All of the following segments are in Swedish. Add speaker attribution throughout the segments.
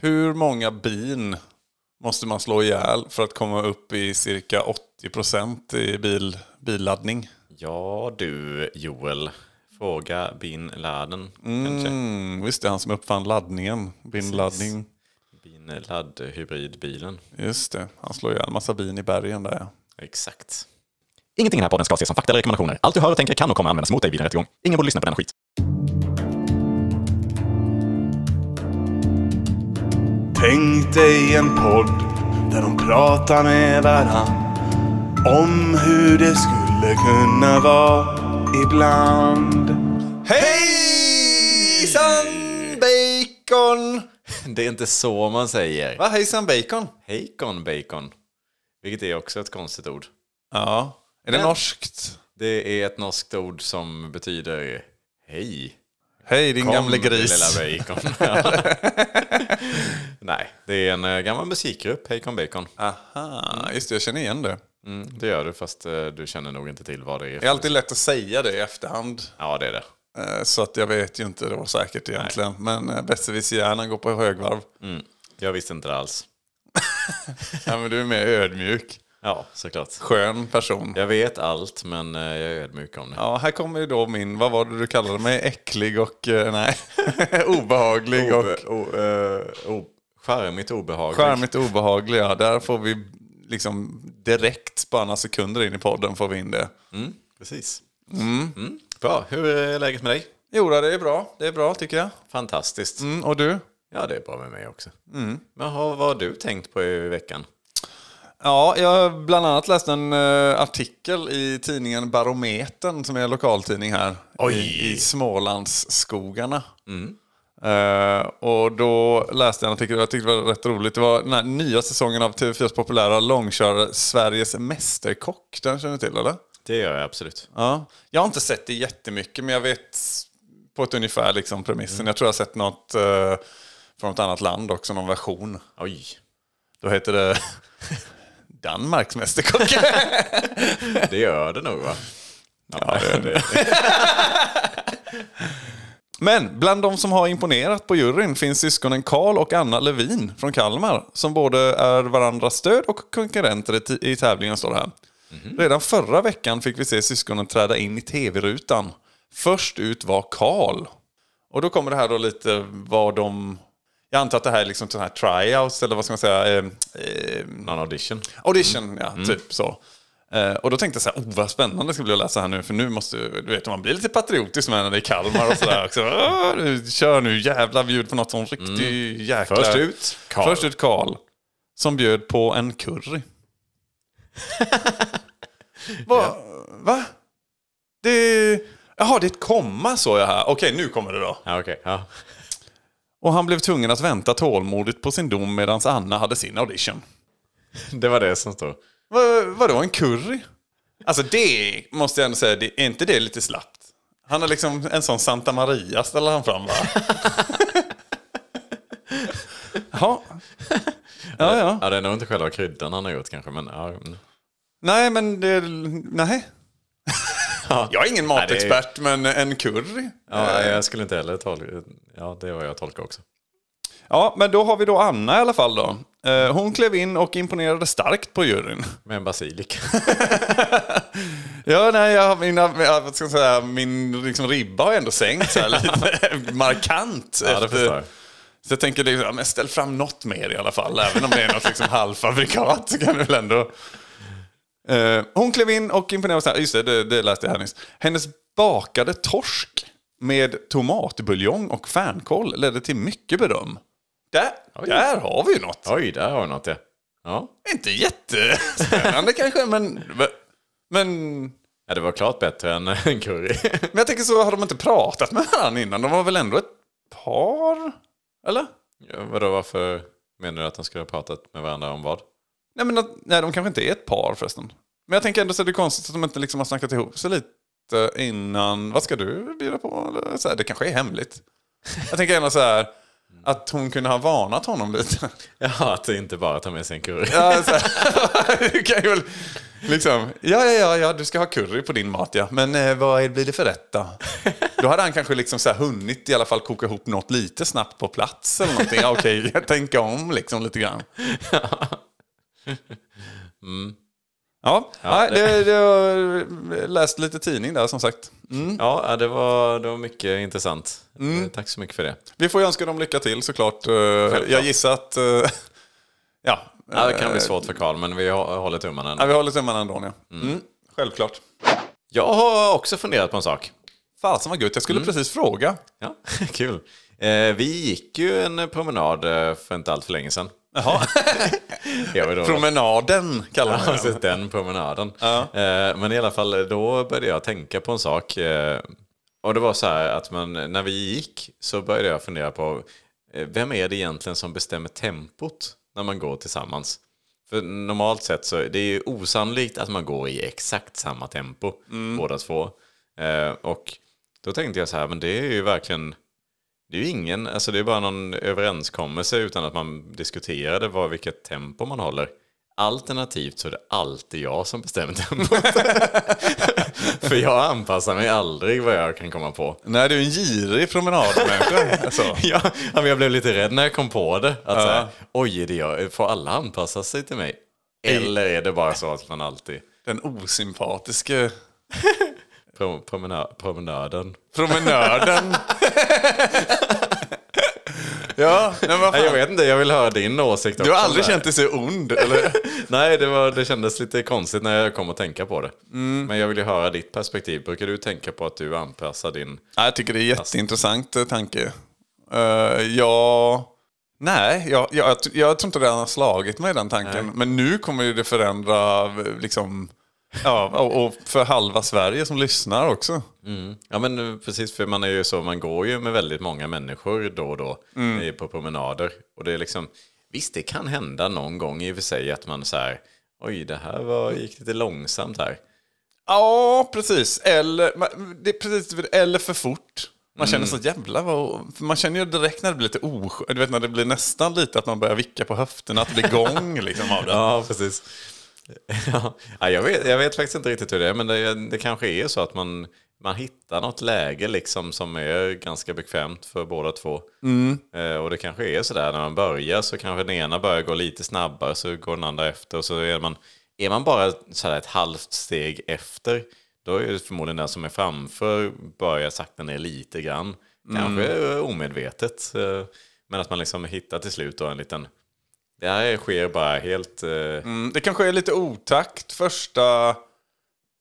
Speaker 1: Hur många bin måste man slå ihjäl för att komma upp i cirka 80% i bil, billaddning?
Speaker 2: Ja du Joel, fråga bin Laden kanske.
Speaker 1: Mm, visst, det är han som uppfann laddningen. Binladdning.
Speaker 2: Bin Ladd-hybridbilen.
Speaker 1: Just det, han slår ihjäl massa bin i bergen där ja.
Speaker 2: Exakt.
Speaker 3: Ingenting i den här podden ska ses som fakta eller rekommendationer. Allt du hör och tänker kan och kommer användas mot dig vid en rättegång. Ingen borde lyssna på denna skit.
Speaker 4: Tänk dig en podd där de pratar med varann om hur det skulle kunna vara ibland.
Speaker 1: Hejsan bacon!
Speaker 2: Det är inte så man säger.
Speaker 1: Va, hejsan bacon?
Speaker 2: Hejkon bacon. Vilket är också ett konstigt ord.
Speaker 1: Ja. Är det norskt?
Speaker 2: Det är ett norskt ord som betyder hej.
Speaker 1: Hej din gamle
Speaker 2: Kom,
Speaker 1: gris.
Speaker 2: Lilla bacon. Nej, det är en eh, gammal musikgrupp, Hejkon bacon.
Speaker 1: Aha, Ah, just det, jag känner igen det.
Speaker 2: Mm, det gör du, fast eh, du känner nog inte till vad det är.
Speaker 1: Det är alltid lätt att säga det i efterhand.
Speaker 2: Ja, det är det.
Speaker 1: Eh, Så att jag vet ju inte då säkert egentligen. Men eh, besserwisserhjärnan går på högvarv.
Speaker 2: Jag visste inte det alls.
Speaker 1: Ja, men du är mer ödmjuk.
Speaker 2: Ja, såklart.
Speaker 1: Skön person. Ja.
Speaker 2: Jag vet allt, men eh, jag är ödmjuk om det.
Speaker 1: här kommer ju då min, vad var det du kallade mig? Äcklig och, eh, nej, obehaglig och
Speaker 2: Obe, o, eh, o, charmigt obehagligt.
Speaker 1: charmigt obehaglig. Ja. Där får vi liksom direkt, bara några sekunder in i podden får vi in det.
Speaker 2: Precis. Mm. Bra, hur är läget med dig?
Speaker 1: Jo, då, det är bra. Det är bra tycker jag.
Speaker 2: Fantastiskt.
Speaker 1: Mm, och du?
Speaker 2: Ja, det är bra med mig också. Men har, vad har du tänkt på i veckan?
Speaker 1: Ja, jag bland annat läste en eh, artikel i tidningen Barometern som är en lokaltidning här i, i Smålandsskogarna. Eh, och då läste jag en artikel och jag tyckte det var rätt roligt. Det var den här nya säsongen av TV4s populära långkörare Sveriges Mästerkock. Den känner du till eller?
Speaker 2: Det gör jag absolut.
Speaker 1: Ja. Jag har inte sett det jättemycket men jag vet på ett ungefär liksom premissen. Jag tror jag har sett något eh, från ett annat land också, någon version.
Speaker 2: Oj,
Speaker 1: Då heter det Danmarks Mästerkock.
Speaker 2: det gör det nog va? Ja, det, det.
Speaker 1: Men bland de som har imponerat på juryn finns syskonen Karl och Anna Levin från Kalmar som både är varandras stöd och konkurrenter i t- i tävlingen står det här. Redan förra veckan fick vi se syskonen träda in i tv-rutan. Först ut var Karl. Och då kommer det här då lite vad de... Jag antar att det här är liksom sån här tryouts eller vad ska man säga? Eh, eh,
Speaker 2: Någon audition?
Speaker 1: Audition, ja.
Speaker 2: Mm.
Speaker 1: Typ så. Eh, och då tänkte jag så här, oh, vad spännande det ska bli att läsa här nu. För nu måste, du vet, man blir lite patriotisk med när det är Kalmar och sådär också. "Åh, nu Kör nu, jävla bjud på något sån riktig jäkla...
Speaker 2: Mm. Först ut, Karl.
Speaker 1: Först ut Karl. Som bjöd på en curry. Va? Va? Det... Jaha, det är ett komma så jag här. Okej, nu kommer det då.
Speaker 2: Ja, okej. Ja.
Speaker 1: Och han blev tvungen att vänta tålmodigt på sin dom medan Anna hade sin audition.
Speaker 2: Det var det som stod.
Speaker 1: Vad, vadå en curry? Alltså det måste jag ändå säga, det, är inte det lite slappt? Han har liksom en sån Santa Maria ställer han fram va? Jaha. Ja, ja.
Speaker 2: Ja, det är nog inte själva kryddan han har gjort kanske, men ja. mm.
Speaker 1: Nej, men det... Nej. Jag är ingen matexpert, men en curry?
Speaker 2: Ja, jag skulle inte heller tolka... Ja, det var jag tolkar också.
Speaker 1: Ja, men då har vi då Anna i alla fall då. Eh, Hon klev in och imponerade starkt på juryn.
Speaker 2: Med en basilika.
Speaker 1: Ja, nej, jag, mina, jag, vad ska jag säga, min liksom, ribba har ändå sänkt så här, lite markant.
Speaker 2: Ja, det
Speaker 1: efter-
Speaker 2: förstår jag.
Speaker 1: Så jag tänker, liksom, ja, men ställ fram något mer i alla fall. Även om det är något liksom halvfabrikat så kan du väl ändå... Eh, hon klev in och imponerade. Så här, just det, det, det läste jag här nyss. Hennes bakade torsk med tomatbuljong och fänkål ledde till mycket beröm. Där, där har vi ju något.
Speaker 2: Oj, där har du något ja. Ja.
Speaker 1: Inte jättespännande kanske, men... Men
Speaker 2: ja, det var klart bättre än en curry.
Speaker 1: Men jag tänker så, har de inte pratat med varandra innan? De var väl ändå ett par? Eller?
Speaker 2: Ja, vadå, varför menar du att de skulle ha pratat med varandra om vad?
Speaker 1: Nej, men att, nej, de kanske inte är ett par förresten. Men jag tänker ändå så är det konstigt att de inte liksom har snackat ihop sig lite innan. Vad ska du bjuda på? Eller så här, det kanske är hemligt. Jag tänker ändå så här, att hon kunde ha varnat honom lite.
Speaker 2: Ja, att inte bara ta med sig en curry.
Speaker 1: Ja, så här, du kan ju väl, Liksom, ja, ja, ja, ja, du ska ha curry på din mat ja. Men eh, vad är- blir det för rätt då? Då hade han kanske liksom så här hunnit i alla fall koka ihop något lite snabbt på plats eller någonting. Ja, Okej, jag tänker om liksom lite grann. Mm. Ja, nej, det, det, jag läste lite tidning där som sagt. Mm.
Speaker 2: Ja, ja, det var, det var mycket intressant. Eh, Tack så mycket för det.
Speaker 1: Vi får ju önska dem lycka till såklart. Eh, Jag gissar att... eh, Ja, Eh,
Speaker 2: Ja, det kan bli svårt för Karl, men vi hå- håller tummarna.
Speaker 1: ja,
Speaker 2: ändå.
Speaker 1: vi håller tummarna ändå. Ja. Mm. Självklart.
Speaker 2: Jag har också funderat på en sak.
Speaker 1: Fasen vad gött, jag
Speaker 2: Mm.
Speaker 1: skulle precis fråga.
Speaker 2: Ja, kul. Eh, vi gick ju en promenad eh, för inte allt för länge sedan.
Speaker 1: Jaha.
Speaker 2: Jag var då-
Speaker 1: Promenaden kallar man
Speaker 2: Ja,
Speaker 1: den.
Speaker 2: så Alltså, den promenaden. Eh, Men i alla fall, då började jag tänka på en sak. eh, Och det var så här att man, när vi gick så började jag fundera på eh, vem är det egentligen som bestämmer tempot när man går tillsammans? För normalt sett så det är ju osannolikt att man går i exakt samma tempo båda två. Eh, Och då tänkte jag så här, men det är ju verkligen det är ju ingen, alltså det är bara någon överenskommelse utan att man diskuterade vad, vilket tempo man håller. Alternativt så är det alltid jag som bestämmer tempot. För jag anpassar mig aldrig vad jag kan komma på.
Speaker 1: Nej, du är en girig promenadmänniska. alltså.
Speaker 2: Ja, ja, men jag blev lite rädd när jag kom på det. Att så här, Oj, är det jag, får alla anpassa sig till mig? Eller är det bara så att man alltid...
Speaker 1: Den osympatiske
Speaker 2: Pro, promena, promenaden.
Speaker 1: promenöden. ja, nej, vad
Speaker 2: Nej, jag
Speaker 1: fan.
Speaker 2: vet inte, jag vill höra din åsikt
Speaker 1: Du har
Speaker 2: också
Speaker 1: aldrig
Speaker 2: där.
Speaker 1: känt dig så ond, eller?
Speaker 2: Nej, det, var, det kändes lite konstigt när jag kom att tänka på det. Men jag vill ju höra ditt perspektiv. Brukar du tänka på att du anpassar din...
Speaker 1: Nej, jag tycker det är jätteintressant eh, tanke. Uh, ja... Nej, jag, jag, jag tror inte det har slagit mig den tanken. Men nu kommer ju det förändra liksom... Ja, och, och för halva Sverige som lyssnar också.
Speaker 2: Ja, men eh, precis, för man är ju så, man går ju med väldigt många människor då och då eh, på promenader. Och det är liksom, visst det kan hända någon gång i och för sig att man så här, oj det här var, gick lite långsamt här.
Speaker 1: Ja, precis. Eller, ma- det är precis, eller för fort. Man känner
Speaker 2: Mm.
Speaker 1: så jävla vad... för Man känner ju direkt när det blir lite oskönt. Du vet när det blir nästan lite att man börjar vicka på höfterna. Att det blir gång liksom av det.
Speaker 2: Ja, precis. ja, jag, vet, jag vet faktiskt inte riktigt hur det är, men det, det kanske är så att man, man hittar något läge liksom som är ganska bekvämt för båda två. Eh, och det kanske är så där när man börjar så kanske den ena börjar gå lite snabbare så går den andra efter. Och så är man, är man bara så där ett halvt steg efter, då är det förmodligen den som är framför börjar sakta ner lite grann. Kanske eh, omedvetet. eh, Men att man liksom hittar till slut då en liten... Det här sker bara helt... eh,
Speaker 1: Mm, Det kanske är lite otakt första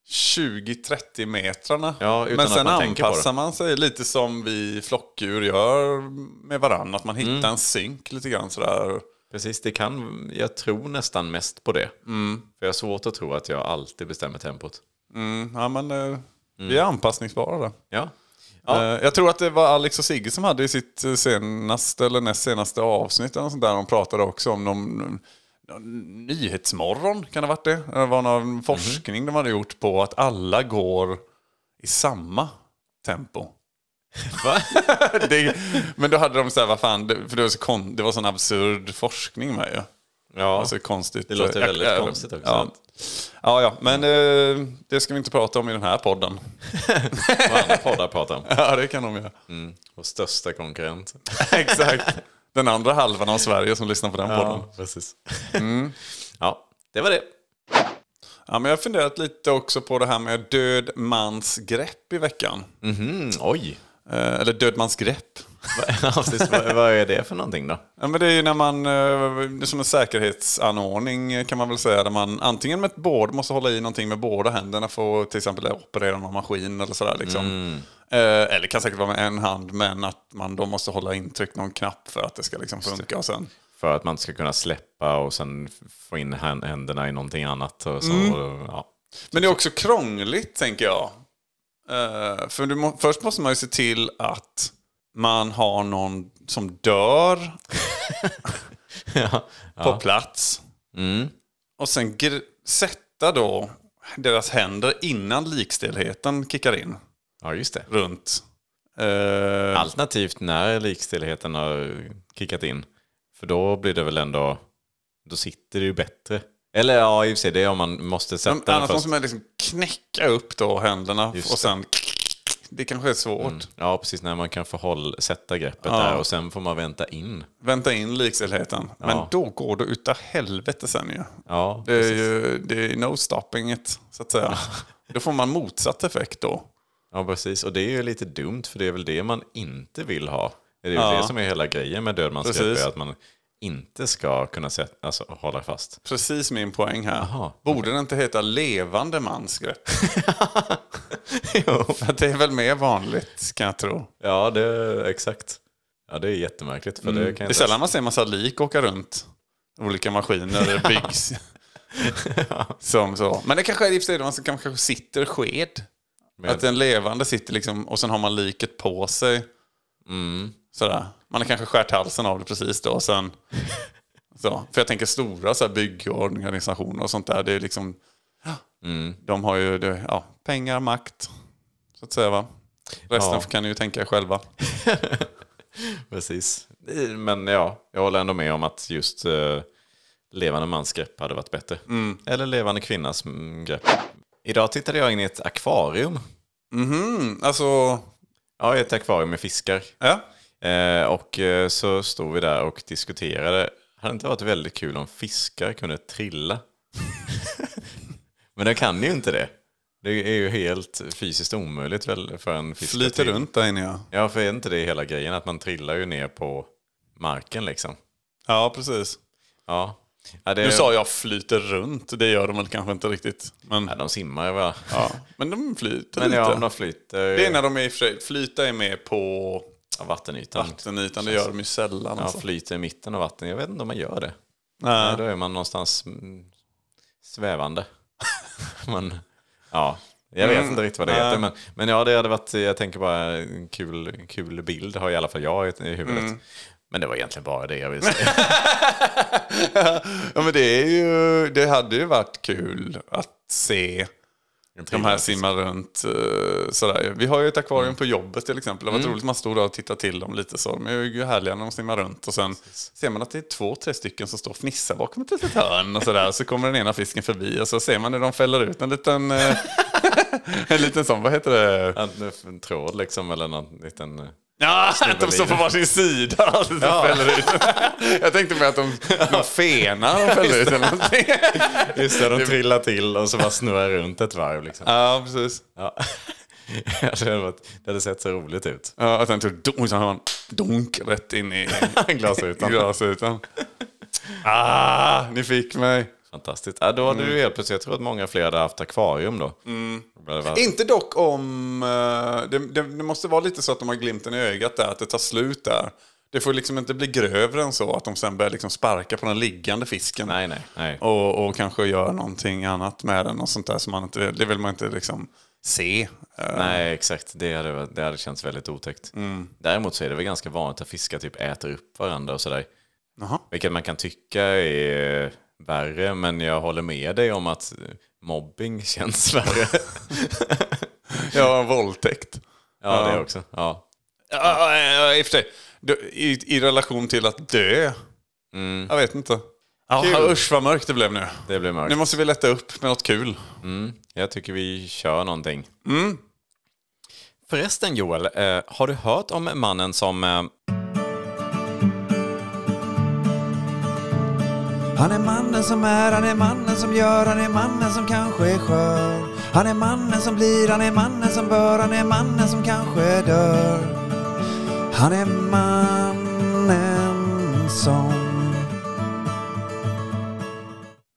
Speaker 1: 20-30 metrarna.
Speaker 2: Ja, utan
Speaker 1: Men
Speaker 2: att
Speaker 1: sen
Speaker 2: man tänker på
Speaker 1: anpassar man sig lite som vi flockdjur gör med varandra. Att man hittar
Speaker 2: Mm.
Speaker 1: en synk lite grann sådär.
Speaker 2: Precis, det kan, jag tror nästan mest på det. För jag har svårt att tro att jag alltid bestämmer tempot.
Speaker 1: Mm, Ja, men eh, vi är
Speaker 2: Mm.
Speaker 1: anpassningsbara där.
Speaker 2: Ja,
Speaker 1: Eh, Jag tror att det var Alex och Sigge som hade i sitt eh, senaste eller näst senaste avsnitt eller något sånt där de pratade också om någon, någon nyhetsmorgon, kan det ha varit det? Det var
Speaker 2: Mhm.
Speaker 1: någon forskning de hade gjort på att alla går i samma tempo. det, men då hade de så här, vad fan, det, för det var, så kon, det var sån absurd forskning med ju.
Speaker 2: ja.
Speaker 1: Alltså konstigt.
Speaker 2: det låter
Speaker 1: Jag-
Speaker 2: väldigt
Speaker 1: jag-
Speaker 2: konstigt också.
Speaker 1: Ja. Ja, ja, men eh, det ska vi inte prata om i den här podden.
Speaker 2: Vad andra poddar pratar om.
Speaker 1: Ja, det kan de göra.
Speaker 2: Vår största konkurrent.
Speaker 1: Exakt. Den andra halvan av Sverige som lyssnar på den podden.
Speaker 2: precis. Mm. Ja, det var det.
Speaker 1: Ja, men jag har funderat lite också på det här med död mans grepp i veckan.
Speaker 2: Mm, oj.
Speaker 1: Eh, eller död mans grepp.
Speaker 2: Ja, precis. vad, vad är det för någonting då?
Speaker 1: Ja, men det är ju när man, eh, det är som en säkerhetsanordning eh, kan man väl säga, där man antingen med ett båd måste hålla i någonting med båda händerna för att till exempel operera någon maskin eller sådär. Liksom. Eh, eller kan säkert vara med en hand, men att man då måste hålla intryckt någon knapp för att det ska liksom funka. Och sen.
Speaker 2: För att man ska kunna släppa och sen få in hän- händerna i någonting annat. Och så, och, ja.
Speaker 1: Men det är också krångligt, tänker jag. Eh, för du må, först måste man ju se till att man har någon som dör på plats.
Speaker 2: Mm.
Speaker 1: Och sen gr- sätta då deras händer innan likstelheten kickar in
Speaker 2: ja, just det.
Speaker 1: runt. Eh,
Speaker 2: Alternativt när likstillheten har kickat in. För då blir det väl ändå, då sitter det ju bättre. Eller ja, i och för sig, det är om man måste sätta
Speaker 1: Men
Speaker 2: den
Speaker 1: Annars
Speaker 2: först.
Speaker 1: måste man liksom knäcka upp då händerna
Speaker 2: Just Mm.
Speaker 1: och sen... Det kanske är svårt.
Speaker 2: Ja, precis. När man kan förhåll, sätta greppet där och sen får man vänta in.
Speaker 1: Vänta in likställdheten. Men då går det utav helvete sen ju.
Speaker 2: Ja,
Speaker 1: Det är ju det är no stopping it, så att säga. Då får man motsatt effekt då.
Speaker 2: Ja, precis. Och det är ju lite dumt, för det är väl det man inte vill ha. Det är ju det som är hela grejen med dödmansgrepp,
Speaker 1: Precis.
Speaker 2: är att man inte ska kunna sätta, alltså, hålla fast.
Speaker 1: Precis min poäng här.
Speaker 2: Jaha,
Speaker 1: Borde det inte heta levande mansgrepp? För att det är väl mer vanligt, kan jag tro.
Speaker 2: Ja, det, exakt. Ja, det är jättemärkligt. För det, kan
Speaker 1: Mm. Det är
Speaker 2: jag
Speaker 1: sällan man ser massa lik åka runt. Olika maskiner byggs. Som så. Men det kanske är i och för sig, man kanske kanske sitter sked.
Speaker 2: Med-
Speaker 1: Att en levande sitter liksom, och sen har man liket på sig.
Speaker 2: Mm.
Speaker 1: Sådär. Man har kanske skärt halsen av det precis då. Och sen, så. För jag tänker stora så här, byggorganisationer och sånt där. Det är liksom,
Speaker 2: Mm.
Speaker 1: De har ju det, ja, pengar, makt. Så att säga va. Resten
Speaker 2: Ja.
Speaker 1: kan ni ju tänka er själva.
Speaker 2: Precis. Men ja, jag håller ändå med om att just eh, levande mans grepp hade varit bättre.
Speaker 1: Mm.
Speaker 2: Eller levande kvinnas mm, grepp. Idag tittade jag in i ett akvarium.
Speaker 1: Mm, alltså,
Speaker 2: Ja, ett akvarium med fiskar.
Speaker 1: ja.
Speaker 2: Eh, och eh, så stod vi där och diskuterade. Hade inte varit väldigt kul om fiskar kunde trilla? Men de kan ju inte det. Det är ju helt fysiskt omöjligt väl för en fisk att
Speaker 1: Flyter
Speaker 2: trilla.
Speaker 1: runt där inne ja.
Speaker 2: Ja, för är inte det hela grejen? Att man trillar ju ner på marken liksom.
Speaker 1: Ja, precis. Eh,
Speaker 2: Ja. ja det,
Speaker 1: Nu sa jag flyter runt, det gör de väl kanske inte riktigt. Men,
Speaker 2: Ja, de simmar va?
Speaker 1: ja. men de flyter
Speaker 2: Men ja,
Speaker 1: lite.
Speaker 2: om de flyter
Speaker 1: Det är när de är i och för sig, flyta är med på
Speaker 2: ja, vattenytan.
Speaker 1: vattenytan, det gör de ju sällan.
Speaker 2: Ja,
Speaker 1: Alltså.
Speaker 2: flyter i mitten av vatten. Jag vet inte om man gör det. Nej,
Speaker 1: Nej.
Speaker 2: då är man någonstans mm, svävande. man, ja, jag
Speaker 1: Mm.
Speaker 2: vet inte riktigt vad det heter. Men, men ja, det hade varit, jag tänker bara, en kul, kul bild har i alla fall jag i, i huvudet.
Speaker 1: Mm.
Speaker 2: Men det var egentligen bara det jag ville säga.
Speaker 1: Ja, men det, är ju, det hade ju varit kul att se de här simma runt. eh, Sådär. Vi har ju ett akvarium på jobbet till exempel. Det var roligt man stod där och tittade till dem lite så. De är ju härliga när de simmar runt. Och sen ser man att det är två, tre stycken som står och fnissar bakom ett litet hörn. Och sådär. Så kommer den ena fisken förbi och så ser man hur de fäller ut en liten... eh, en liten sån, vad heter det?
Speaker 2: En, en tråd liksom, eller någon liten... eh,
Speaker 1: Ja, att de står på varsin sida och så fäller ut. Jag tänkte mer att de, de fenar och fäller ut eller någonting.
Speaker 2: Just det, de trillar till och så bara snurrar runt ett varv liksom.
Speaker 1: Ja, precis.
Speaker 2: Ja. Alltså, det, hade varit, det hade sett så roligt ut.
Speaker 1: Ja, att den tog dunk, så hör man dunk rätt in i
Speaker 2: Glasutan.
Speaker 1: glasutan. Ah, ni fick mig.
Speaker 2: Fantastiskt. Ja, då hade du helt plötsligt, jag tror att många fler hade haft akvarium då. Det hade varit-
Speaker 1: Inte dock om... eh, Det, det, det måste vara lite så att de har glimten i ögat där, att det tar slut där. Det får liksom inte bli grövre än så, att de sen börjar liksom sparka på den liggande fisken.
Speaker 2: Nej, nej, nej.
Speaker 1: Och, och kanske göra någonting annat med den och sånt där som man inte... Det vill man inte liksom se. Eh,
Speaker 2: Nej, exakt. Det hade, varit- det hade känts väldigt otäckt. Däremot så är det väl ganska vanligt att fiskar typ äter upp varandra och sådär.
Speaker 1: Jaha.
Speaker 2: Vilket man kan tycka är värre, men jag håller med dig om att mobbing känns värre.
Speaker 1: Ja, våldtäkt.
Speaker 2: ja, det också. Ja.
Speaker 1: Ja, ja, ja, i och för sig. Du- I, I relation till att dö. Jag vet inte. Mm. Ja, usch vad mörkt det blev nu.
Speaker 2: Det blir mörkt.
Speaker 1: Nu måste vi lätta upp med något kul.
Speaker 2: Jag tycker vi kör någonting. Mm. Förresten Joel, eh, har du hört om mannen som... Eh,
Speaker 5: Han är mannen som är, han är mannen som gör, han är mannen som kanske är skör. Han är mannen som blir, han är mannen som bör, han är mannen som kanske dör. Han är mannen som...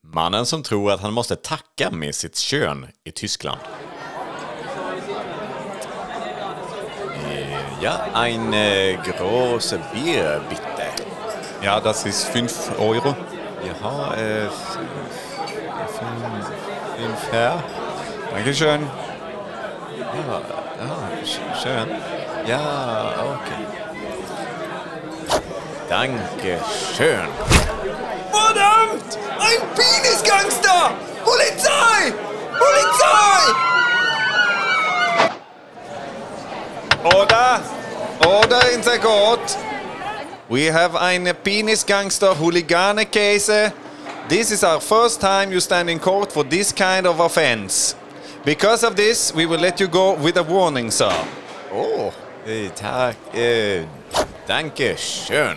Speaker 2: mannen som tror att han måste tacka med sitt kön i Tyskland. Eh, ja, ein eh, große Bier bitte.
Speaker 1: Ja, das ist 5 euro.
Speaker 2: Jaha, eh, f- fem, fem här.
Speaker 1: Dankeschön.
Speaker 2: Ja, ja, Ah, sch- schön. Ja, okej. Danke schön.
Speaker 5: Verdammt! Ein Penisgangster! Polizei! Polizei!
Speaker 1: Oder! Oder in der Gott! We have eine Penis Gangster Huligane Käse. This is our first time you stand in court for this kind of offense. Because of this, we will let you go with a warning, sir.
Speaker 2: Åh, eh, tack. Eh, danke schön.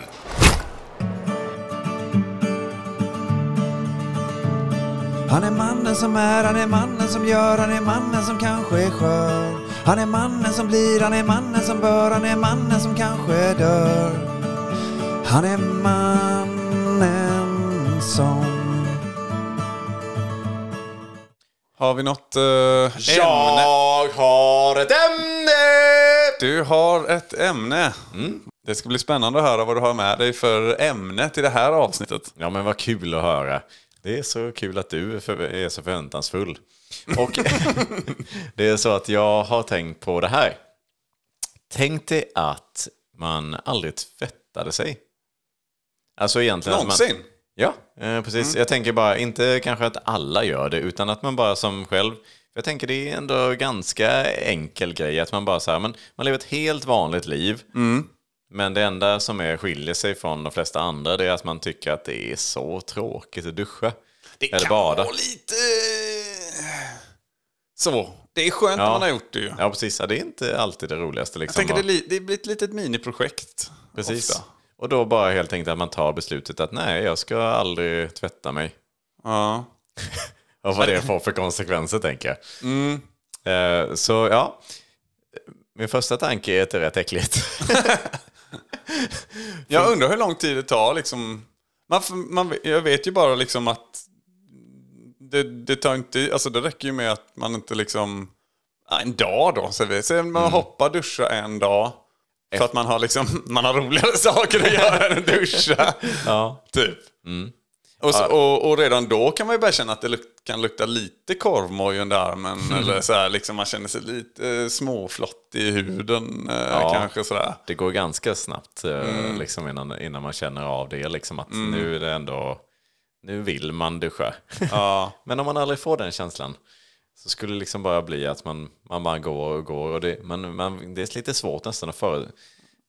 Speaker 5: Han är mannen som är, han är mannen som gör, han är mannen som kanske är skör. Han är mannen som blir, han är mannen som bör, han är mannen som kanske dör. Han är mannen som...
Speaker 1: Har vi något eh, ämne?
Speaker 2: Jag har ett ämne!
Speaker 1: Du har ett ämne. Det ska bli spännande att höra vad du har med dig för ämne till det här avsnittet.
Speaker 2: Ja, men vad kul att höra. Det är så kul att du är för- är så förväntansfull. Och det är så att jag har tänkt på det här. Tänk dig att man aldrig tvättade sig. Alltså egentligen... att man-
Speaker 1: Någonsin? Mm.
Speaker 2: Ja, eh, precis. Jag tänker bara, inte kanske att alla gör det, utan att man bara som själv... Jag tänker det är ändå ganska enkel grej, att man bara så här, men man lever ett helt vanligt liv.
Speaker 1: Mm.
Speaker 2: Men det enda som är, skiljer sig från de flesta andra det är att man tycker att det är så tråkigt att duscha. Det eller bada.
Speaker 1: lite... Så. Det är skönt när
Speaker 2: Ja.
Speaker 1: man har gjort det ju.
Speaker 2: Ja, precis. Ja, det är inte alltid det roligaste.
Speaker 1: Jag
Speaker 2: Liksom.
Speaker 1: tänker det,
Speaker 2: Och-
Speaker 1: li- det blir ett litet miniprojekt.
Speaker 2: precis.
Speaker 1: Ofta.
Speaker 2: Och då bara helt enkelt att man tar beslutet att nej, jag ska aldrig tvätta mig.
Speaker 1: Ja.
Speaker 2: Och vad det får för konsekvenser tänker jag. Eh, så ja, min första tanke är att det är rätt äckligt.
Speaker 1: Jag undrar hur lång tid det tar liksom. Man, f- man, jag vet ju bara liksom att det, det tar inte, alltså det räcker ju med att man inte liksom, ja, en dag då säger vi. Sen man hoppar duscha en dag. För att man har liksom, man har roligare saker att göra än att duscha.
Speaker 2: ja.
Speaker 1: Typ. Och, så, och, och redan då kan man ju börja känna att det luk, kan lukta lite korvmoj under armen. Eller så här, liksom man känner sig lite eh, småflottig i huden eh, kanske sådär.
Speaker 2: Det går ganska snabbt eh, liksom innan, innan man känner av det. Liksom att nu är det ändå, nu vill man duscha.
Speaker 1: Ja.
Speaker 2: Men om man aldrig får den känslan så skulle det liksom bara bli att man, man bara går och går. Och det, man, man, det är lite svårt nästan att för,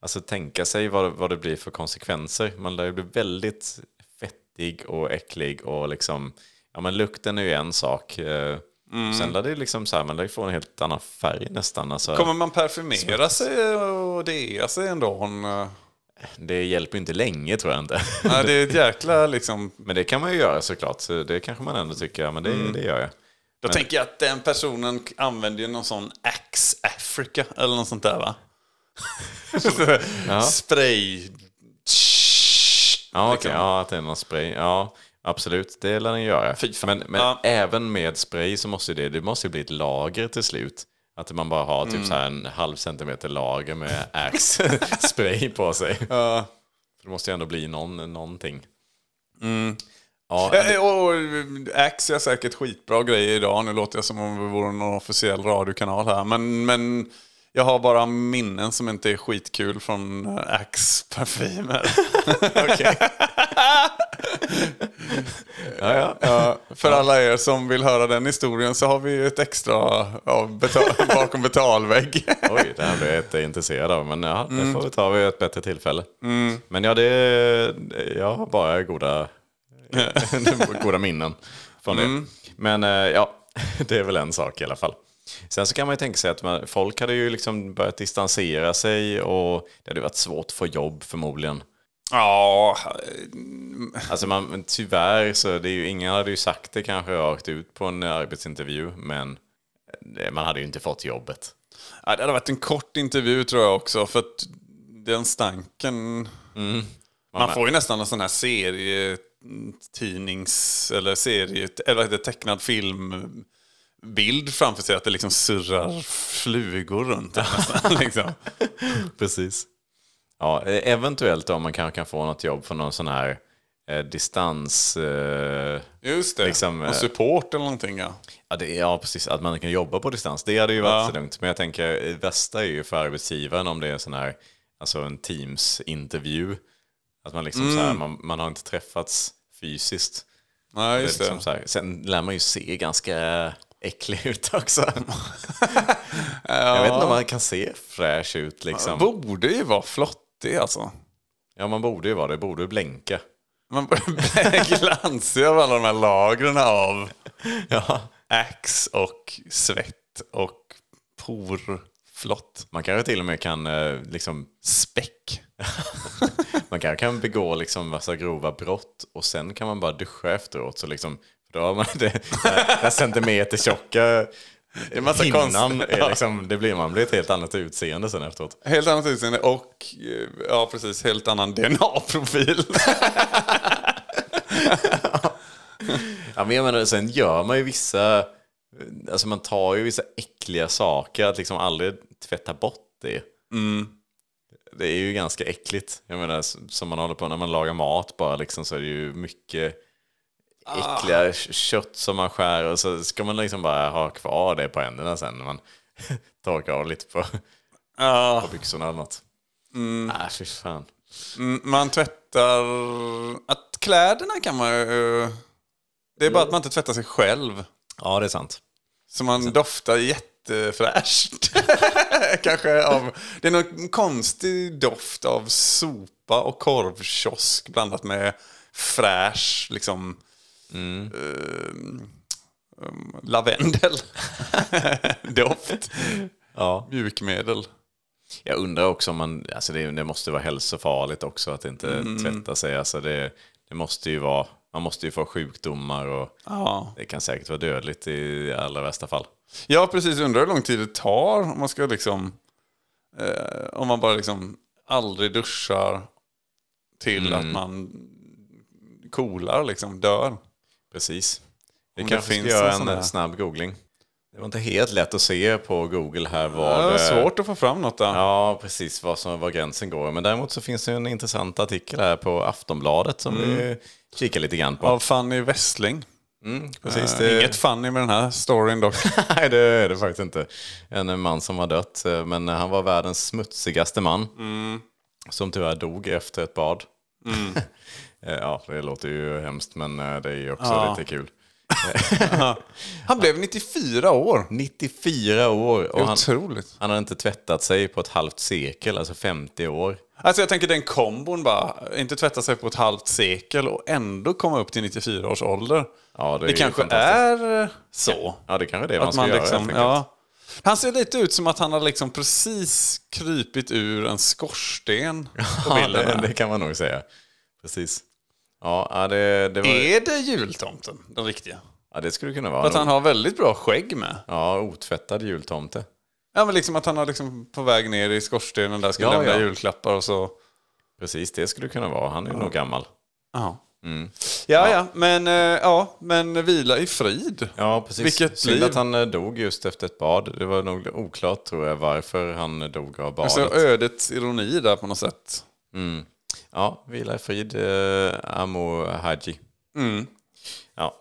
Speaker 2: alltså, tänka sig vad, vad det blir för konsekvenser. Man lär ju bli väldigt fettig och äcklig och liksom, ja men lukten är ju en sak. eh, Sen lär det ju liksom så här, man lär ju få en helt annan färg nästan. Alltså,
Speaker 1: Kommer man parfymera sig och dea sig en dag? Hon, eh,
Speaker 2: Det hjälper ju inte länge tror jag inte.
Speaker 1: nej, det är ett jäkla liksom...
Speaker 2: men det kan man ju göra såklart, så det kanske man ändå tycker, ja men det, det gör jag.
Speaker 1: Då tänker jag att den personen använder ju någon sån Axe Africa eller något sånt där va? Spray...
Speaker 2: Ja, okej. ja, att det är någon spray. Ja, absolut. Det lär den göra. Men, men
Speaker 1: Ja.
Speaker 2: även med spray så måste ju det, det måste ju bli ett lager till slut. Att man bara har typ så här en halv centimeter lager med Axe spray på sig. För det måste ju ändå bli någon, någonting. Ja,
Speaker 1: Eh, Och och Axe gör säkert skitbra grejer idag. Nu låter jag som om vi vore någon officiell radiokanal här. Men, men jag har bara minnen som inte är skitkul från eh, Axe-parfymer.
Speaker 2: ja, ja.
Speaker 1: Ja, för alla er som vill höra den historien så har vi ju ett extra ja, betal- bakom betalvägg.
Speaker 2: Oj, det här blir jag inte intresserad av. Men ja, det får vi ta vid ett bättre tillfälle. Men ja, det, jag har bara goda, goda minnen från det. Men eh, ja, det är väl en sak i alla fall. Sen så kan man ju tänka sig att man, folk hade ju liksom börjat distansera sig och det hade varit svårt att få jobb förmodligen.
Speaker 1: Ja,
Speaker 2: Alltså man, men tyvärr så det är ju, ingen hade ju sagt det kanske rakt ut på en arbetsintervju, men eh, man hade ju inte fått jobbet.
Speaker 1: ja, det hade varit en kort intervju tror jag också. För att den stanken...
Speaker 2: Mm.
Speaker 1: Man får ju nästan en sån här serietidnings... Eller serie... Eller vad heter det? Tecknad film bild framför sig att det liksom surrar flugor runt en nästan, liksom.
Speaker 2: Precis. Ja, eh, eventuellt om man kanske kan få något jobb för någon sån här eh, distans... Eh,
Speaker 1: Just det.
Speaker 2: Liksom, eh,
Speaker 1: och support eller någonting ja.
Speaker 2: ja, det, ja, precis. Att man kan jobba på distans. Det hade ju varit
Speaker 1: Ja.
Speaker 2: så lugnt. Men jag tänker, det värsta är ju för arbetsgivaren om det är en sån här, alltså en Teams-intervju. Att man liksom så
Speaker 1: Mm.
Speaker 2: här, man, man har inte träffats fysiskt.
Speaker 1: Nej,
Speaker 2: Det är
Speaker 1: just det.
Speaker 2: liksom så här. Sen lär man ju se ganska äcklig ut också. Jag vet inte om man kan se fräsch ut liksom.
Speaker 1: Borde ju vara flottig alltså.
Speaker 2: Ja, man borde ju vara det. Borde ju blänka.
Speaker 1: Man börjar glansiga av alla de här lagren av
Speaker 2: Ja.
Speaker 1: ax och svett och porflott.
Speaker 2: Man kanske till och med kan eh, liksom...
Speaker 1: Späck.
Speaker 2: Man kanske kan begå liksom massa grova brott och sen kan man bara duscha efteråt. Så liksom, för då har man det, det här centimeter tjocka det är
Speaker 1: massa konst-
Speaker 2: är liksom, det blir, man blir ett helt annat utseende sen efteråt.
Speaker 1: Helt annat utseende och eh, ja, precis, helt annan DNA-profil.
Speaker 2: Ja, men jag menar, sen gör man ju vissa, alltså man tar ju vissa äckliga saker, att liksom aldrig tvätta bort det. Det är ju ganska äckligt. Jag menar, s- som man håller på när man lagar mat bara liksom, så är det ju mycket äckliga k- kött som man skär och så ska man liksom bara ha kvar det på händerna sen när man torkar av lite på, på byxorna eller något. Mm. Ah, fy fan.
Speaker 1: Mm, Man tvättar... Att kläderna kan man ju... eh, Det är bara att man inte tvättar sig själv.
Speaker 2: Ja, det är sant.
Speaker 1: Så man doftar jättefräscht. Kanske av... Det är någon konstig doft av sopa och korvkiosk blandat med fräsch liksom... eh, um, lavendel. doft.
Speaker 2: Ja.
Speaker 1: Mjukmedel.
Speaker 2: Jag undrar också om man, alltså det, det måste vara hälsofarligt också att inte
Speaker 1: Mm.
Speaker 2: tvätta sig. Alltså det, det måste ju vara, man måste ju få sjukdomar och
Speaker 1: Ja.
Speaker 2: det kan säkert vara dödligt i allra värsta fall.
Speaker 1: Jag har precis undrar hur lång tid det tar om man ska liksom... Eh, om man bara liksom aldrig duschar till
Speaker 2: Mm.
Speaker 1: att man coolar, liksom dör.
Speaker 2: Precis. Vi
Speaker 1: Om
Speaker 2: kanske
Speaker 1: det
Speaker 2: ska
Speaker 1: finns
Speaker 2: göra
Speaker 1: en sån
Speaker 2: en
Speaker 1: där.
Speaker 2: snabb googling. Det var inte helt lätt att se på Google här
Speaker 1: Det
Speaker 2: var eh,
Speaker 1: var svårt att få fram något där.
Speaker 2: Ja, precis vad som, var gränsen går. Men däremot så finns det ju en intressant artikel här på Aftonbladet som
Speaker 1: Mm.
Speaker 2: vi kikar lite grann på.
Speaker 1: Av Fanny Westling.
Speaker 2: Mm, precis,
Speaker 1: Eh,
Speaker 2: det-
Speaker 1: Inget Fanny med den här storyn dock.
Speaker 2: Nej, det är det faktiskt inte. En man som har dött, eh, men han var världens smutsigaste man.
Speaker 1: Mm.
Speaker 2: Som tyvärr dog efter ett bad. Eh, ja, det låter ju hemskt, men eh, det är ju också
Speaker 1: Ja.
Speaker 2: lite kul.
Speaker 1: Han blev 94 år.
Speaker 2: 94 år och han,
Speaker 1: Otroligt.
Speaker 2: han har inte tvättat sig på ett halvt sekel, alltså 50 år.
Speaker 1: Alltså jag tänker den kombon bara. Inte tvätta sig på ett halvt sekel och ändå komma upp till 94 års ålder.
Speaker 2: Ja, det är
Speaker 1: det
Speaker 2: ju
Speaker 1: kanske
Speaker 2: fantastiskt.
Speaker 1: är eh, så.
Speaker 2: Ja, det kanske är det man
Speaker 1: Att
Speaker 2: ska
Speaker 1: man
Speaker 2: göra.
Speaker 1: liksom,
Speaker 2: helt enkelt.
Speaker 1: ja. Han ser lite ut som att han har liksom precis krypit ur en skorsten på
Speaker 2: Ja,
Speaker 1: bilden.
Speaker 2: det,
Speaker 1: här.
Speaker 2: det kan man nog säga. Precis. Ja, ja, det, det, var,
Speaker 1: Är det jultomten, den riktiga?
Speaker 2: ja, det skulle kunna vara.
Speaker 1: E- Att han
Speaker 2: nog.
Speaker 1: har väldigt bra skägg med.
Speaker 2: Ja, otvättad jultomte.
Speaker 1: Ja, men liksom att han har liksom på väg ner i skorstenen där ska
Speaker 2: Ja,
Speaker 1: lämna
Speaker 2: ja.
Speaker 1: julklappar och så.
Speaker 2: Precis, det skulle kunna vara. Han är nog gammal.
Speaker 1: Ja.
Speaker 2: Mm.
Speaker 1: Ja, ja, men, eh, ja, men vila i frid.
Speaker 2: Ja, precis.
Speaker 1: Vilket
Speaker 2: Synd
Speaker 1: liv.
Speaker 2: att han eh, dog just efter ett bad. Det var nog oklart tror jag varför han eh, dog av badet.
Speaker 1: Så Alltså, ödets ironi där på något sätt.
Speaker 2: mm. Ja, vila i frid, eh, Amo Haji.
Speaker 1: Mm.
Speaker 2: Ja.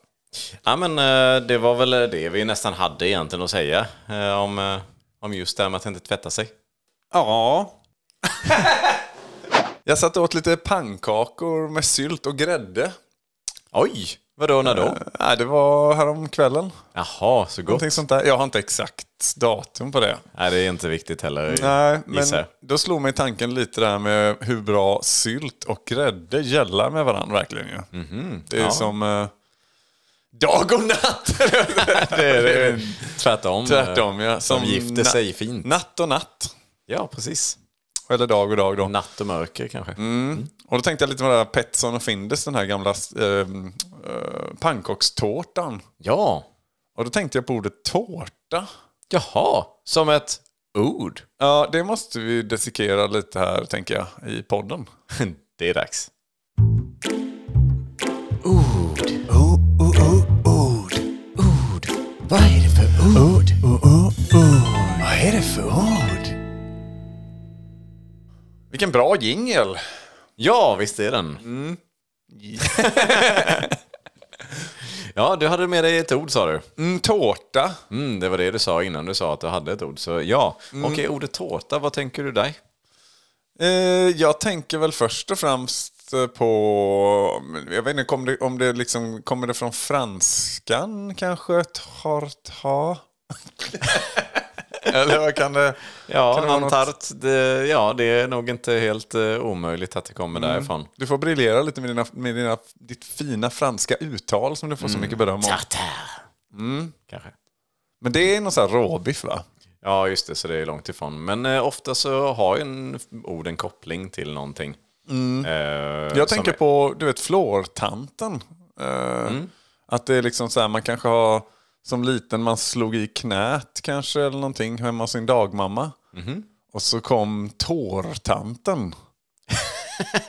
Speaker 2: ja, men eh, det var väl det vi nästan hade egentligen att säga eh, om, eh, om just det här med att inte tvätta sig.
Speaker 1: Ja. Jag satt och åt lite pannkakor med sylt och grädde.
Speaker 2: Oj, Eh. vadå, när då?
Speaker 1: Nej, det var häromkvällen.
Speaker 2: Jaha, så gott.
Speaker 1: Någonting sånt där. Jag har inte exakt datum på det.
Speaker 2: Nej, det är inte viktigt heller.
Speaker 1: Nej, men
Speaker 2: gissar jag.
Speaker 1: då slog mig tanken lite där med hur bra sylt och grädde gällar med varandra verkligen ju.
Speaker 2: Mhm,
Speaker 1: Det är ju som eh, dag och
Speaker 2: Eh,
Speaker 1: natt.
Speaker 2: Det är, det är tvärtom. eh,
Speaker 1: Tvärtom ja.
Speaker 2: Som, gifter
Speaker 1: na-
Speaker 2: sig fint.
Speaker 1: Natt och natt.
Speaker 2: Ja, precis.
Speaker 1: Eller dag och dag då.
Speaker 2: Natt och mörker kanske.
Speaker 1: Och då tänkte jag lite på det här Petson och Findus, den här gamla eh, eh, pannkakstårtan.
Speaker 2: Ja,
Speaker 1: Och då tänkte jag på ordet tårta.
Speaker 2: Jaha, som ett ord.
Speaker 1: Ja, det måste vi dissekera lite här tänker jag i podden.
Speaker 2: Det är dags.
Speaker 1: Vilken bra jingel!
Speaker 2: Ja, visst är den.
Speaker 1: Mm.
Speaker 2: ja, du hade med dig ett ord sa du.
Speaker 1: Mm, tårta.
Speaker 2: Mm, det var det du sa innan du sa att du hade ett ord. Så ja,
Speaker 1: Mm.
Speaker 2: okej, ordet tårta, vad tänker du dig?
Speaker 1: Eh, jag tänker väl först och främst eh, på, jag vet inte kom det, om det liksom, kommer det från franskan kanske? Tarta?
Speaker 2: Eller vad kan det... Ja,
Speaker 1: Kan det vara något-
Speaker 2: Antart, det, ja, det är nog inte helt eh, omöjligt att det kommer
Speaker 1: Mm.
Speaker 2: därifrån.
Speaker 1: Du får briljera lite med, dina, med dina, ditt fina franska uttal som du får så mycket beröm av. Mm.
Speaker 2: Kanske.
Speaker 1: Men det är någon sån här råbiff va?
Speaker 2: Ja, just det, så det är långt ifrån. Men eh, ofta så har ju en, ord en koppling till någonting. Eh,
Speaker 1: Mm. Jag
Speaker 2: som
Speaker 1: tänker
Speaker 2: är- Mm.
Speaker 1: på, du vet, flårtanten. Eh, Att det är liksom så här, man kanske har, som liten, man slog i knät kanske eller någonting hemma hos sin dagmamma.
Speaker 2: Mhm.
Speaker 1: Och så kom tårtanten.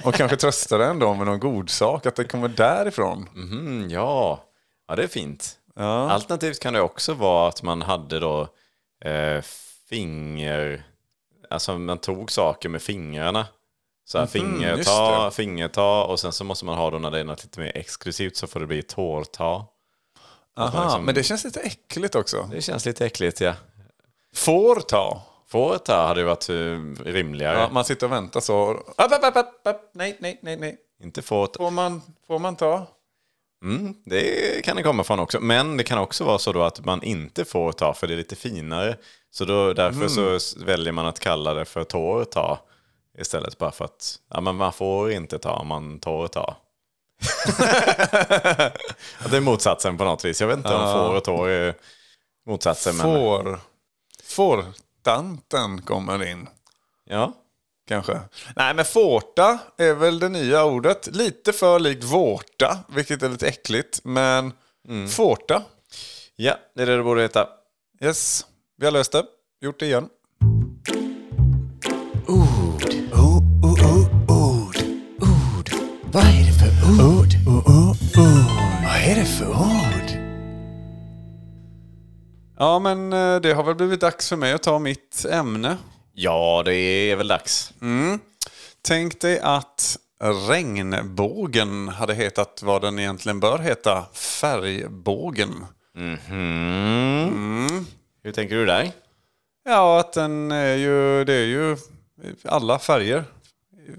Speaker 1: och kanske tröstade en då med någon god sak, att det kommer därifrån.
Speaker 2: Mhm, ja. ja, det är fint.
Speaker 1: Ja.
Speaker 2: Alternativt kan det också vara att man hade då eh, finger... Alltså man tog saker med fingrarna. Så
Speaker 1: Mhm,
Speaker 2: här fingerta, fingerta och sen så måste man ha då när det är något lite mer exklusivt så får det bli tårta. Att man
Speaker 1: Aha,
Speaker 2: liksom-
Speaker 1: men det känns lite äckligt också.
Speaker 2: Det känns lite äckligt ja.
Speaker 1: Får ta.
Speaker 2: Fårta hade ju varit eh, rimligare.
Speaker 1: Ja, man sitter och väntar så. App, app, app, app, app. Nej, nej, nej, nej.
Speaker 2: Inte fårta.
Speaker 1: Får man, får man ta?
Speaker 2: Mm, det kan det komma från också. Men det kan också vara så då att man inte får ta för det är lite finare. Så då, därför så s- väljer man att kalla det för tår ta istället. Bara för att ja, men man får inte ta, man tår ta. Att det är motsatsen på något vis. Jag vet inte om får och tår är motsatsen. Men,
Speaker 1: Får. Fårtanten kommer in,
Speaker 2: ja.
Speaker 1: kanske. Nej, men fårta är väl det nya ordet. Lite för likt vårta, vilket är lite äckligt. Men fårta.
Speaker 2: ja, det är det det borde heta.
Speaker 1: Yes, vi har löst det. Gjort det igen.
Speaker 5: Vad är det för ord?
Speaker 1: Ja, men eh, det har väl blivit dags för mig att ta mitt ämne.
Speaker 2: Ja, det är väl dags.
Speaker 1: Tänk dig att regnbågen hade hetat vad den egentligen bör heta, färgbågen.
Speaker 2: Mhm. Hur tänker du där?
Speaker 1: Ja, att den är ju, det är ju alla färger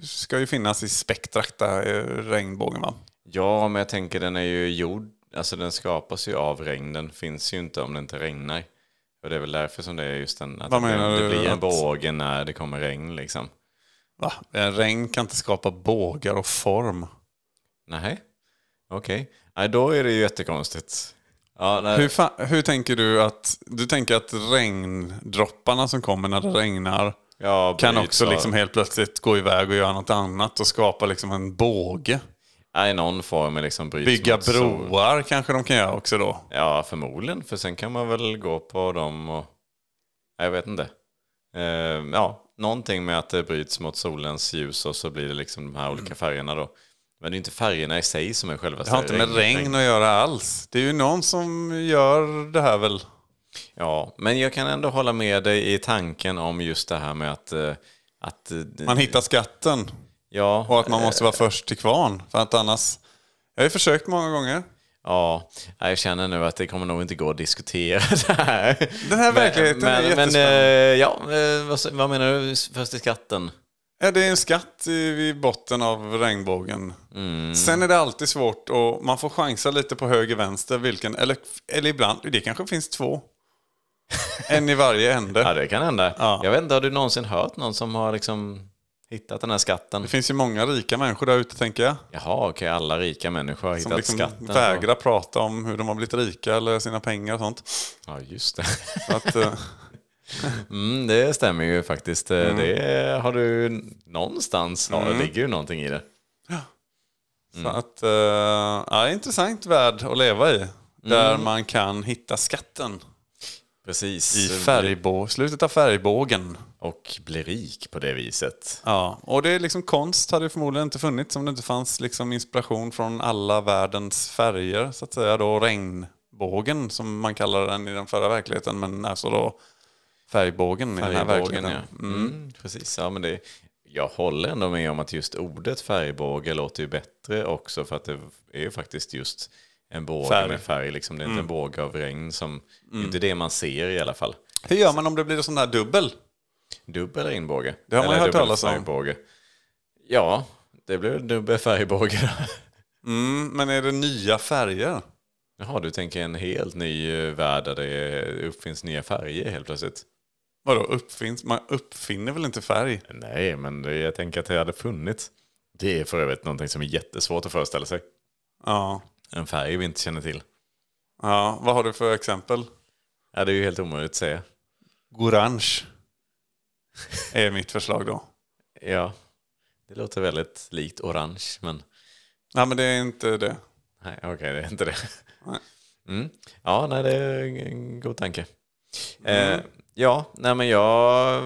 Speaker 1: ska ju finnas i spektrat där eh, regnbågen va?
Speaker 2: Ja, men jag tänker den är ju gjord, alltså den skapas ju av regn, den finns ju inte om det inte regnar. Och det är väl därför som det är just den, att
Speaker 1: Vad
Speaker 2: det,
Speaker 1: menar
Speaker 2: blir- det
Speaker 1: du
Speaker 2: blir en
Speaker 1: att-
Speaker 2: båge när det kommer regn liksom.
Speaker 1: va? Eh, Regn kan inte skapa bågar och form.
Speaker 2: Nej, okej. Nej, då är det ju jättekonstigt. Ja, nej.
Speaker 1: Hur, fa- hur tänker du att, du tänker att regndropparna som kommer när det regnar
Speaker 2: ja,
Speaker 1: kan
Speaker 2: bryts
Speaker 1: också
Speaker 2: av-
Speaker 1: liksom helt plötsligt gå iväg och göra något annat och skapa liksom en båge?
Speaker 2: Nej, någon form är liksom bryts
Speaker 1: Bygga
Speaker 2: mot sol.
Speaker 1: broar kanske de kan göra också då.
Speaker 2: Ja, förmodligen, för sen kan man väl gå på dem och... Nej, Jag vet inte. Eh, ja, någonting med att det bryts mot solens ljus och så blir det liksom de här olika färgerna då. Men det är inte färgerna i sig som är själva...
Speaker 1: Mm. Det har inte med regn att göra alls. Det är ju någon som gör det här väl.
Speaker 2: Ja, men jag kan ändå hålla med dig i tanken om just det här med att... eh, att eh,
Speaker 1: Man hittar skatten.
Speaker 2: ja,
Speaker 1: Och att man måste vara först till kvarn. För att annars... Jag har ju försökt många gånger.
Speaker 2: Ja, nej, jag känner nu att det kommer nog inte gå att diskutera det här.
Speaker 1: Den här verkligheten är
Speaker 2: men, men,
Speaker 1: jättespännande.
Speaker 2: eh, ja, eh, vad, vad menar du? Först i skatten?
Speaker 1: Ja, det är en skatt i, vid botten av regnbågen.
Speaker 2: Mm.
Speaker 1: Sen är det alltid svårt och man får chansa lite på höger, vänster, vilken. Eller, eller ibland, det kanske finns två. en i varje
Speaker 2: Ja,
Speaker 1: ände.
Speaker 2: det kan hända.
Speaker 1: Ja.
Speaker 2: Jag vet inte, har du någonsin hört någon som har liksom hittat den här skatten?
Speaker 1: Det finns ju många rika människor där ute tänker jag.
Speaker 2: Jaha, okej, alla rika människor har
Speaker 1: Som
Speaker 2: hittat
Speaker 1: liksom
Speaker 2: skatten.
Speaker 1: vägrar prata om hur de har blivit rika eller sina pengar och sånt.
Speaker 2: Ja, just det.
Speaker 1: Så att, eh,
Speaker 2: Mm, det stämmer ju faktiskt. Eh,
Speaker 1: Mm.
Speaker 2: Det har du någonstans, ja, det ligger ju någonting i det.
Speaker 1: Så att, eh, ja, intressant värld att leva i. Där man kan hitta skatten
Speaker 2: Precis.
Speaker 1: i färgbå, slutet av färgbågen.
Speaker 2: Och bli rik på det viset.
Speaker 1: Ja, och det är liksom konst hade ju förmodligen inte funnits om det inte fanns liksom inspiration från alla världens färger. Så att säga då regnbågen som man kallar den i den förra verkligheten. Men alltså då färgbågen, i den här
Speaker 2: Färgbågen,
Speaker 1: verkligheten.
Speaker 2: ja. Mm, precis. Ja, men det, jag håller ändå med om att just ordet färgbåge låter ju bättre också för att det är ju faktiskt just en båge
Speaker 1: Färg. Mm.
Speaker 2: med färg. Liksom. Det är inte en båge av regn som... det är Inte det man ser i alla fall.
Speaker 1: Hur gör man om det blir en sån där dubbel?
Speaker 2: Dubbel regnbåge.
Speaker 1: Det har man
Speaker 2: Eller
Speaker 1: hört
Speaker 2: dubbel
Speaker 1: talas om.
Speaker 2: färgbåge. Ja, det blev dubbel färgbåge. då.
Speaker 1: Mm, men är det nya färger?
Speaker 2: Jaha, du tänker en helt ny eh, värld där det uppfinns nya färger helt plötsligt.
Speaker 1: Vadå uppfinns? Man uppfinner väl inte färg?
Speaker 2: Nej, men det, jag tänker att det hade funnits. Det är för övrigt någonting som är jättesvårt att föreställa sig.
Speaker 1: Ja.
Speaker 2: En färg vi inte känner till.
Speaker 1: ja. Vad har du för exempel?
Speaker 2: Ja, det är ju helt omöjligt att säga.
Speaker 1: Orange. Är mitt förslag då.
Speaker 2: Ja, det låter väldigt likt orange, men
Speaker 1: Nej men det är inte det.
Speaker 2: nej, okej, det är inte det.
Speaker 1: Nej.
Speaker 2: Mm. Ja, nej, det är en god tanke.
Speaker 1: Mm.
Speaker 2: Eh, ja, nej, men jag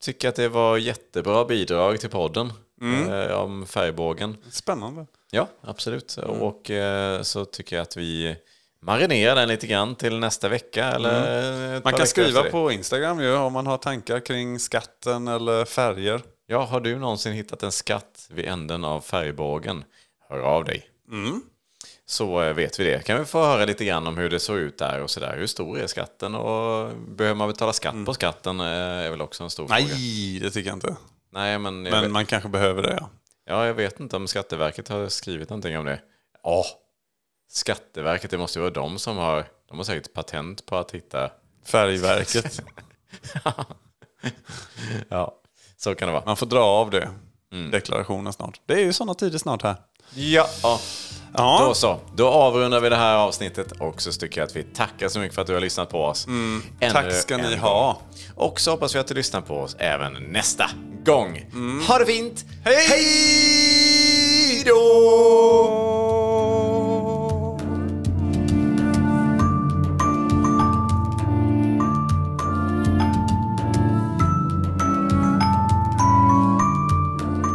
Speaker 2: tycker att det var jättebra bidrag till podden
Speaker 1: Mm.
Speaker 2: eh, om färgbågen.
Speaker 1: Spännande.
Speaker 2: Ja, absolut.
Speaker 1: Mm.
Speaker 2: Och eh, så tycker jag att vi marinerar den lite grann till nästa vecka. Eller ett par
Speaker 1: Mm. Man
Speaker 2: veckor
Speaker 1: kan
Speaker 2: efter
Speaker 1: skriva
Speaker 2: det.
Speaker 1: på Instagram ju om man har tankar kring skatten eller färger.
Speaker 2: Ja, har du någonsin hittat en skatt vid änden av färgbågen? Hör av dig.
Speaker 1: Mm.
Speaker 2: Så eh, vet vi det. Kan vi få höra lite grann om hur det såg ut där och sådär. Hur stor är skatten och behöver man betala skatt på skatten? eh, Är väl också en stor fråga.
Speaker 1: Mm. Nej, det tycker jag inte.
Speaker 2: Nej, men, jag,
Speaker 1: Men
Speaker 2: vet,
Speaker 1: man kanske behöver det ja.
Speaker 2: ja, jag vet inte om Skatteverket har skrivit någonting om det. Ja, Skatteverket, det måste ju vara de som har, de har säkert patent på att hitta
Speaker 1: Färgverket.
Speaker 2: Ja, så kan det vara.
Speaker 1: Man får dra av det. Mm. Deklarationen snart. Det är ju sådana tider snart här.
Speaker 2: Ja.
Speaker 1: Ja.
Speaker 2: Då så, då avrundar vi det här avsnittet och så tycker jag att vi tackar så mycket för att du har lyssnat på oss. Ännu
Speaker 1: Mm. Tack ska ni
Speaker 2: en
Speaker 1: ha.
Speaker 2: gång. Och så hoppas vi att du lyssnar på oss även nästa gång.
Speaker 1: Mm.
Speaker 2: Ha det fint! Hej då!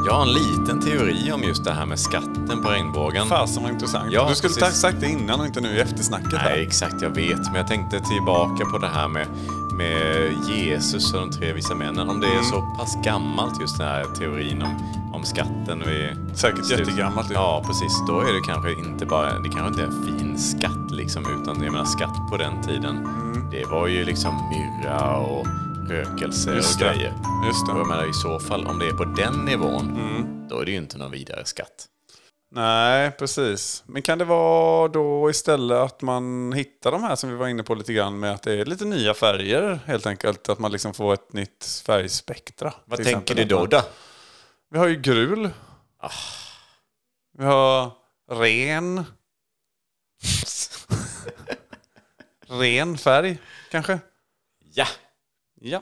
Speaker 2: Jag har en liten teori om just det här med skatten på regnbågen.
Speaker 1: Fasen vad intressant.
Speaker 2: Ja,
Speaker 1: du skulle
Speaker 2: precis.
Speaker 1: ha sagt det innan och inte nu i eftersnacket.
Speaker 2: Nej,
Speaker 1: Här.
Speaker 2: exakt, jag vet. Men jag tänkte tillbaka på det här med, med Jesus och de tre visa männen. Om det
Speaker 1: Mm.
Speaker 2: är så pass gammalt, just den här teorin om, om skatten. Vid
Speaker 1: Säkert jättegammalt, ju.
Speaker 2: Ja, precis. Då är det kanske inte bara, det kanske inte är en fin skatt liksom, utan jag menar skatt på den tiden.
Speaker 1: Mm.
Speaker 2: Det var ju liksom myrra och rökelse
Speaker 1: Just
Speaker 2: och
Speaker 1: det.
Speaker 2: grejer.
Speaker 1: Just det.
Speaker 2: Och jag menar i så fall, om det är på den nivån,
Speaker 1: Mm.
Speaker 2: då är det ju inte någon vidare skatt.
Speaker 1: Nej, precis. Men kan det vara då istället att man hittar de här som vi var inne på lite grann med att det är lite nya färger helt enkelt. Att man liksom får ett nytt färgspektra.
Speaker 2: Vad
Speaker 1: till
Speaker 2: tänker
Speaker 1: exempel.
Speaker 2: du då? då?
Speaker 1: Vi har ju grul. Vi har ren. ren färg kanske.
Speaker 2: Ja,
Speaker 1: Ja.